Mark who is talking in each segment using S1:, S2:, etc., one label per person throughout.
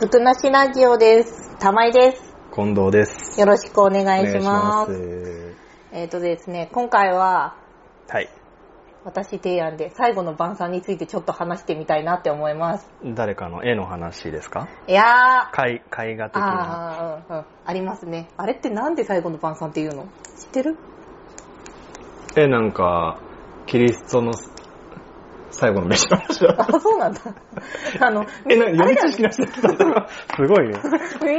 S1: 福なしラジオです。玉井です。
S2: 近藤です。
S1: よろしくお願いします。
S2: お願いします
S1: えっ、とですね、今回は
S2: はい。
S1: 私提案で最後の晩餐についてちょっと話してみたいなって思います。
S2: 誰かの絵の話ですか
S1: いやー、
S2: 絵絵画的な。
S1: あー、うんうん、ありますね。あれってなんで最後の晩餐って言うの知ってる
S2: え、なんか、キリストの最後の飯の 話だ。
S1: あ、そうなんだ。あの、
S2: え、なんか
S1: あれ
S2: 読み
S1: だ
S2: 知識なしで来たんだ。すごいよ。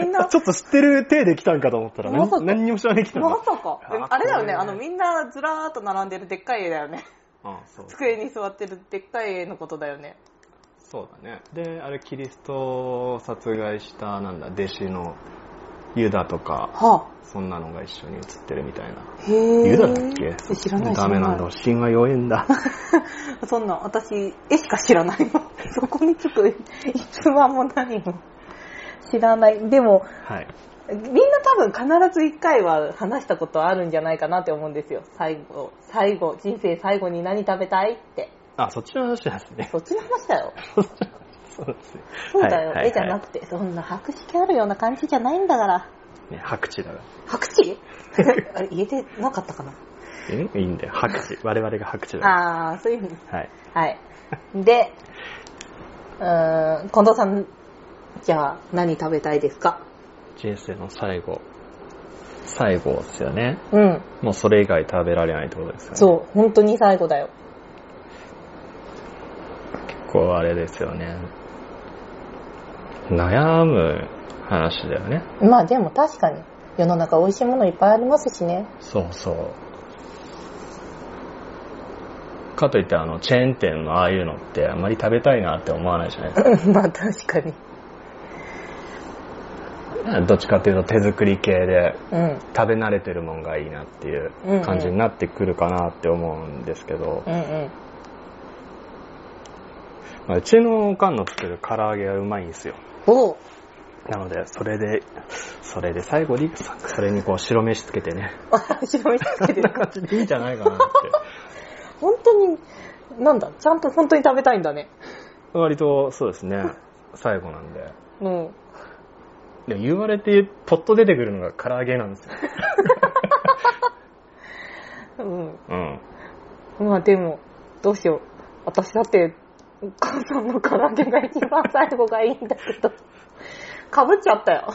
S1: みん な、
S2: ちょっと知ってる体で来たんかと思ったら、
S1: まさか
S2: 何何にも知らない来たん
S1: ま
S2: だ。
S1: さか。え
S2: あ
S1: あれだよね、
S2: これ
S1: あの、みんなずらーっと並んでるでっかい絵だよね。
S2: あそう
S1: 机に座ってるでっかい絵のことだよね。
S2: そうだね。で、あれ、キリストを殺害した、なんだ、弟子のユダとか、
S1: は
S2: そんなのが一緒に写ってるみたいな。
S1: あ、へー
S2: ユダだっけ
S1: え知らない知ら
S2: ダ
S1: ない
S2: メなんだ。芯が弱いんだ。
S1: そんな、私、絵しか知らないの。 そこにつく逸話も何も知らない。でも、
S2: はい。
S1: みんな多分必ず一回は話したことあるんじゃないかなって思うんですよ。最後、最後、人生最後に何食べたいって。
S2: あ、そっちの話なんですね。
S1: そっちの話だよ。
S2: そうですね。
S1: そうだよ、
S2: はいはいはい
S1: 絵じゃなくて、そんな白色あるような感じじゃないんだから。
S2: ね、白地だから。
S1: 白地 あれ、言えてなかったかな。
S2: えいいんだ よ。白地。我々が白地だか
S1: あー、そういうふうに。
S2: ら。はい。
S1: はい。で、うーん、近藤さん、じゃあ何食べたいですか
S2: 人生の最後。最後ですよね。
S1: うん。
S2: もうそれ以外食べられないってことですよね。
S1: そう、本当に最後だよ。
S2: 結構あれですよね。悩む話だよね。
S1: まあでも確かに、世の中美味しいものいっぱいありますしね。
S2: そうそう。かといってあの、チェーン店のああいうのってあんまり食べたいなって思わないじゃない です
S1: まあ確かに。
S2: か。どっちかっていうと手作り系で
S1: うん。
S2: 食べ慣れてるもんがいいなっていう感じになってくるかなって思うんですけど、
S1: うんうん。
S2: まあうちのおかんの作る唐揚げはうまいんですよ。
S1: おう
S2: なので、それで、それで最後に、それにこう白飯つけて ね、
S1: あ白飯つけ てるか。
S2: いいんじゃないかなって。
S1: 本当に、なんだ、ちゃんと本当に食べたいんだね。
S2: 割とそうですね、最後なんで。
S1: うん。
S2: でも言われて、ポッと出てくるのが唐揚げなんですよ。
S1: うん。
S2: うん。
S1: まあでも、どうしよう。私だって、お母さんの唐揚げが一番最後がいいんだけど、かぶっちゃったよ。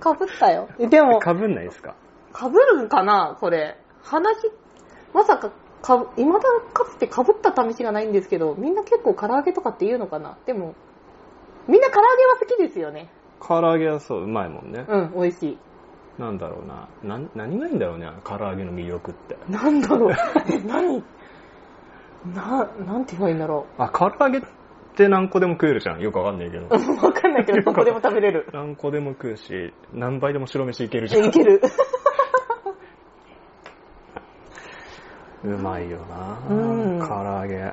S1: かぶったよ。 でも、
S2: かぶんないですか
S1: かぶるんかなこれ。話、まさか、かぶ、未だかつてかぶった試しがないんですけど、みんな結構唐揚げとかって言うのかなでも、みんな唐揚げは好きですよね。
S2: 唐揚げはそう、うまいもんね。
S1: うん、美味しい。
S2: なんだろうな。なん何がいいんだろうね、あの唐揚げの魅力って。
S1: なんだろう。え何な、なんて言えばいいんだろ
S2: あ、唐揚げって何個でも食えるじゃん。よくわかんないけど
S1: う。。 わかんないけど、どこでも食べれる。
S2: 何個でも食うし、何倍でも白飯いけるじゃ
S1: い
S2: ん。
S1: ける。
S2: うまいよな
S1: うん
S2: 唐揚げ。
S1: うん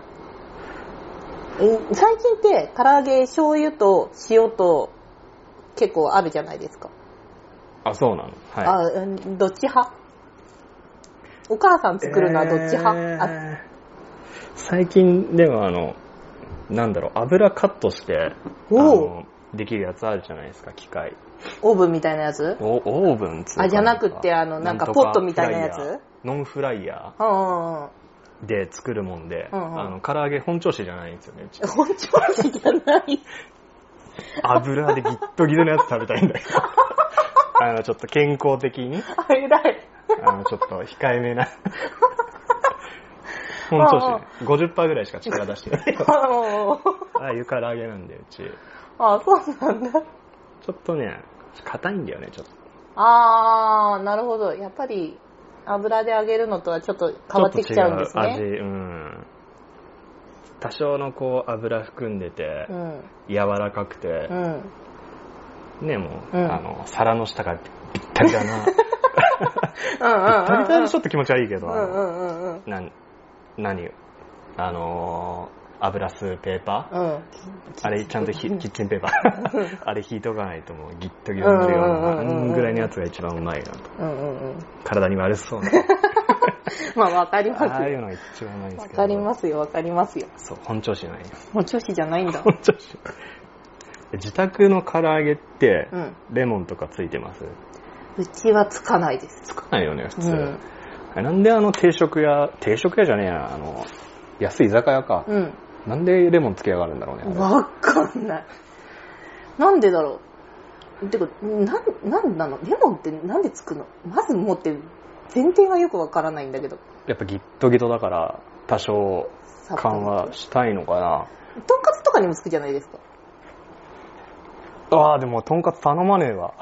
S1: 最近って唐揚げ醤油と塩と結構あるじゃないですか、
S2: あ、そうなのは
S1: あうんどっち派お母さん
S2: い。
S1: 作るのはどっち派、あ
S2: えー最近ではあの、なんだろう、油カットして、あ
S1: おう
S2: の、できるやつあるじゃないですか、機械。
S1: オーブンみたいなやつ
S2: おオーブンっつうか
S1: あじゃなくってあのなんかポットみたいなやつ
S2: んとかフライヤーノンフライヤ
S1: うんうんうん
S2: ーで作るもんで、
S1: うんうん
S2: あの、唐揚げ本調子じゃないんですよね、うち
S1: 本調子じゃない
S2: 油でギットギトのやつ食べたいんだけ ど。あの、ちょっと健康的に、
S1: あ偉い
S2: あの、ちょっと控えめな。 本調子ね。50%ぐらいしか力出して ない。
S1: あの
S2: ああいう唐揚げなんだよ、うち。ち
S1: あそうなんだ
S2: ょっとね、硬いんだよね、ちょっと。
S1: あーなるほどやっぱり油で揚げるのとはちょっと変わってきちゃうんです
S2: ちょっと
S1: ね
S2: 違う味、うん。多少のこう、油含んでて
S1: う、ん
S2: 柔らかくて
S1: う、ん
S2: ね、もう、
S1: うん
S2: あの、皿の下がぴったりだな。ぴったりだとちょっと気持ち悪いけど、
S1: うんうんうんうん
S2: なん、何あのー、油吸うペーパー
S1: うん
S2: あれちゃんとひキッチンペーパーあれ引いとかないともうギッとギトになるようなあ
S1: うんうんうんうんうん
S2: んぐらいのやつが一番うまいなと
S1: うんうんうん
S2: 体に 悪そうな
S1: まあ、わかります
S2: ああいう
S1: よ。
S2: のが一番うまいんです
S1: わ
S2: けど
S1: かりますよ、わかりますよ。
S2: そう本調子じゃないよ
S1: もう女子じゃないんだ。
S2: 本調子自宅の唐揚げって
S1: う、ん。
S2: レモンとかついてます
S1: うちはつかないです。
S2: つかないよね、普通。
S1: うん。
S2: あれなんであの定食屋、定食屋じゃねえや、あの、安い居酒屋か。
S1: うん。
S2: なんでレモンつけやがるんだろうね、あれ
S1: わかんない。なんでだろう。てか、なん、なんなのレモンってなんでつくのまずもうって、前提がよくわからないんだけど。
S2: やっぱギットギトだから、多少
S1: さっぱり
S2: 緩和したいのかな。
S1: とんかつとかにもつくじゃないですか。
S2: ああ、でも、とんかつ頼まねえ わ。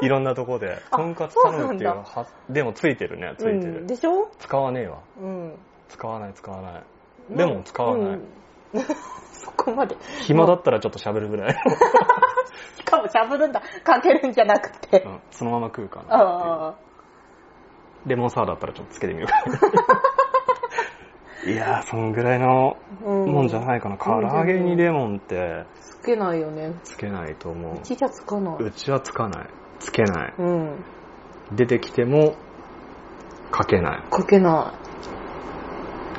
S2: いろんなとこで。
S1: あ
S2: とんかつ頼むっていう
S1: そうなんだ
S2: のは、でもついてるね、ついてる。
S1: うん、でしょ
S2: 使わねえわ。
S1: うん。
S2: 使わない、使わない。レモン使わない
S1: うん そこまで。
S2: 暇だったらちょっと喋るぐらい。
S1: しかもしゃぶるんだ。かけるんじゃなくて
S2: う。んそのまま食うかなって
S1: ああ。
S2: いう。レモンサワーだったらちょっとつけてみようか な。いやー、そのぐらいの
S1: う。
S2: もんじゃないいかな。唐揚げにレモンって
S1: つけないよね。
S2: つけないと思
S1: う
S2: う。
S1: ちじゃつかな
S2: う
S1: い。
S2: ちはつかない。つけない。
S1: うん。
S2: 出てきても、かけない。
S1: かけな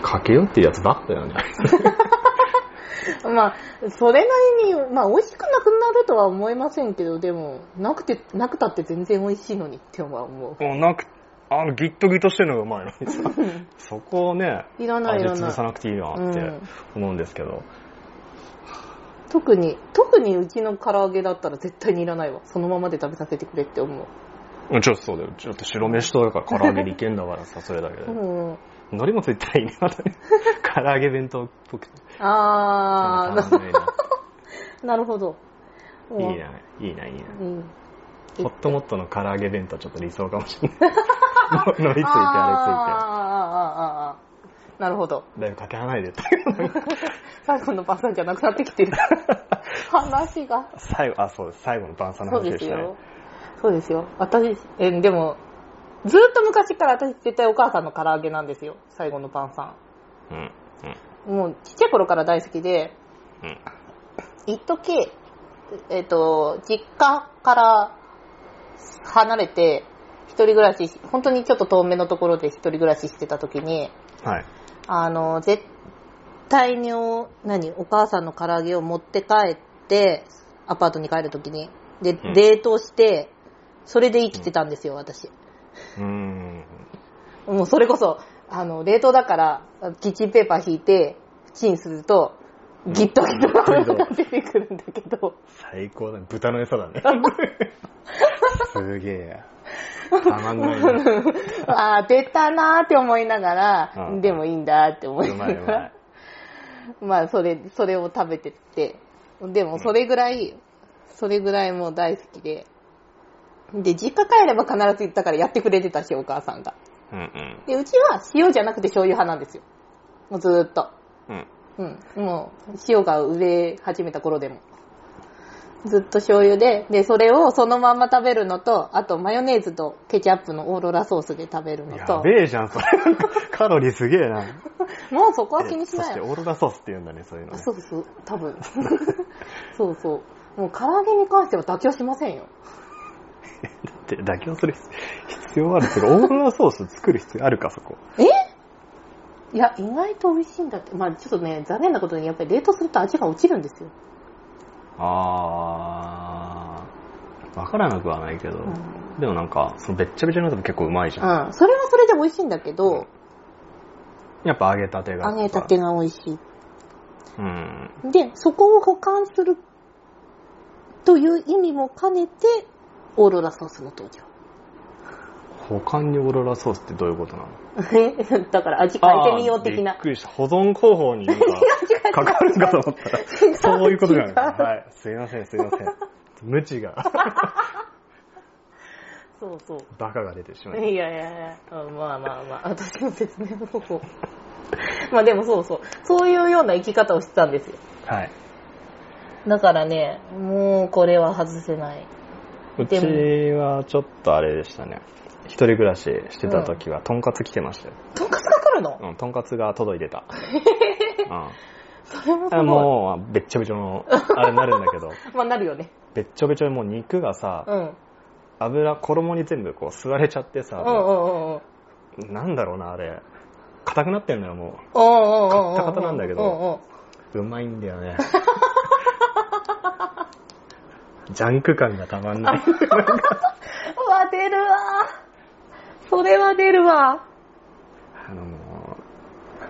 S2: かけようっていうやつだったよね。
S1: い。まあ、それなりに、まあ、美味しくなくなるとは思いませんけど、でも、なくて、なくたって全然美味しいのにっては思う。
S2: もうなく、あの、ギットギットしてるのがうまいのにさ。 そこをね、
S1: いらない、い
S2: 味
S1: らな
S2: 潰さ
S1: い。
S2: なくていいなって思うんですけど。
S1: 特に、特にうちの唐揚げだったら絶対にいらないわ。そのままで食べさせてくれって思う。
S2: うん、ちょっとそうだよ。ちょっと白飯とだから唐揚げでいけんだからさ、それだけで。
S1: うん。
S2: 海苔もついたらいいね、ま たね。唐揚げ弁当っぽくて。
S1: あ
S2: なん
S1: ー、
S2: か頼んで
S1: なるほど。
S2: いいな。い いな、いいな、いいな。
S1: うん。
S2: ホットモットの唐揚げ弁当はちょっと理想かもし れない。海苔ついて、
S1: あー
S2: あ
S1: あーあーあーなるほど。
S2: れついて。だいぶかけ離れてった。
S1: 最後の晩餐じゃなくなってき てる。話が。
S2: 最後、あ、そうです。最後の晩餐の
S1: そう
S2: 話
S1: で
S2: ですしたね
S1: よ。。そうですよ。私、え、でも、ずーっと昔から私絶対お母さんの唐揚げなんですよ。最後の晩餐。
S2: うん。うん。
S1: もうちっちゃい頃から大好きで、
S2: うん。
S1: 一時、えっ、と、実家から離れて、一人暮らしし、本当にちょっと遠めのところで一人暮らししてた時に、
S2: はい。
S1: あの、絶対にお、何、お母さんの唐揚げを持って帰って、アパートに帰るときに。で、
S2: うん
S1: 冷凍して、それで生きてたんですよ、私。
S2: うーん。
S1: もうそれこそ、あの、冷凍だから、キッチンペーパー引いて、チンすると、
S2: うん
S1: ギットギット
S2: ギットギ
S1: が
S2: ッ
S1: 出てくるんだけど、
S2: 最高だね。豚の餌だね。 すげえや。たまんないな。
S1: あー、出たなーって思いながら、
S2: うん
S1: でもいいんだーって思いうな
S2: まいう
S1: が
S2: ま
S1: ら
S2: い、。
S1: まあ、それ、それを食べてて、でもそれぐらい、それぐらいもう大好きで、で、実家帰れば必ず言ったからやってくれてたし、お母さんが。
S2: うんうん。
S1: で、うちは塩じゃなくて醤油派なんですよ。もうずーっと。
S2: うん。
S1: うん。もう、塩が売れ始めた頃でも。ずっと醤油で、で、それをそのまんま食べるのと、あとマヨネーズとケチャップのオーロラソースで食べるの
S2: や
S1: と、
S2: べえじゃん、それ。カロリーすげえな。
S1: もうそこは気にし
S2: そし
S1: ない
S2: て
S1: よ。
S2: オーロラソースって言うんだね、そういうの、
S1: あ
S2: ね。
S1: そうそう、多分。 そうそう。もう唐揚げに関しては妥協しませんよ。
S2: だって妥協する必 要あるけど、オーロラソース作る必要あるか、そこ。
S1: いや、意外と美味しいんだって。まあちょっとね、残念なことにやっぱり冷凍すると味が落ちるんですよ。
S2: あー。わからなくはないけど。
S1: うん。
S2: でもなんか、そのべっちゃべちゃのやつも結構うまいじゃん。
S1: うんそれはそれで美味しいんだけど、
S2: やっぱ揚げたてが。
S1: 揚げたて。が美味しい。
S2: うん。
S1: で、そこを保管するという意味も兼ねて、オーロラソースの登場。
S2: 他にオーロラソースってどういうことなの
S1: えだから味変えてみよう的
S2: あーび
S1: な
S2: っ。くりした。保存方法になんかかかるかと思ったら、 そういうことじゃな
S1: 違
S2: い
S1: う
S2: はい。すいません、すいません。無知が、
S1: そうそう。
S2: バカが出てしまいまし
S1: いやいやいや、うんまあまあまあ、私の説明方法。 まあでもそうそう、そういうような生き方をしてたんですよ。
S2: た。はい。
S1: だからね、もうこれは外せない。
S2: うちはちょっとあれでしたね。一人暮らししてた時は、とんかつ来てましたよ。
S1: とんかつが来るの
S2: うん、とんかつが届い てた。うん。
S1: それもす
S2: あ
S1: ごい。
S2: もう、べっちゃべちゃの、あれになるんだ けど、
S1: まあなるよね。
S2: べっちゃべちゃでもう肉がさ、
S1: うん。うん
S2: 油、衣に全部こう吸われちゃってさ、
S1: うんうんうん。
S2: なんだろうな、あれ。硬くなってんだよ、も
S1: おうおうおうおう
S2: カッタカタなんだけど
S1: おうおう
S2: う。うまいんだよね。ジャンク感がたまんない。
S1: うわ、出るわ。それは出るわ。
S2: あのも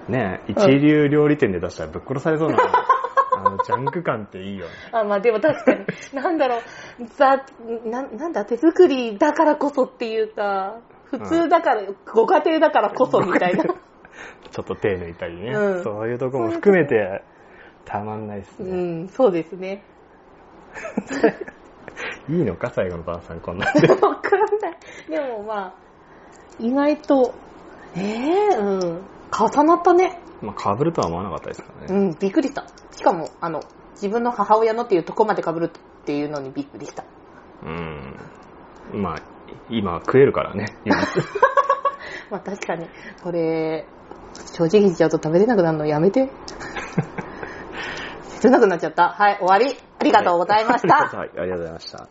S2: うねえ一流料理店で出したらぶっ殺されそうな、あのジャンク感っていいよね。
S1: あ、まあでも確か に、なんだろう、ざ、な、なんだ、手作りだからこそっていうか、普通だから、ご家庭だからこそみたいな。
S2: ちょっと手抜いたりね、
S1: うん
S2: そういうとこも含めてたまんないです
S1: う
S2: ね。
S1: ん、そうです ね。
S2: いいのか最後の晩さんこんなん
S1: わ
S2: で。
S1: かんない。でもまあ、意外と、ええうん、重なったね。
S2: まあ被るとは思わなかったですから
S1: う
S2: ね。
S1: ん、びっくりした。しかも、あの、自分の母親のっていうとこまで被るっていうのにびっくりした。
S2: うん。まあ今は食えるから ね。
S1: まあ確かに、これ、正直言っちゃうと食べれなくなるのやめ て。切なくなっちゃった。はい、終わり。ありがとうございました。
S2: はい、ありがとうございました。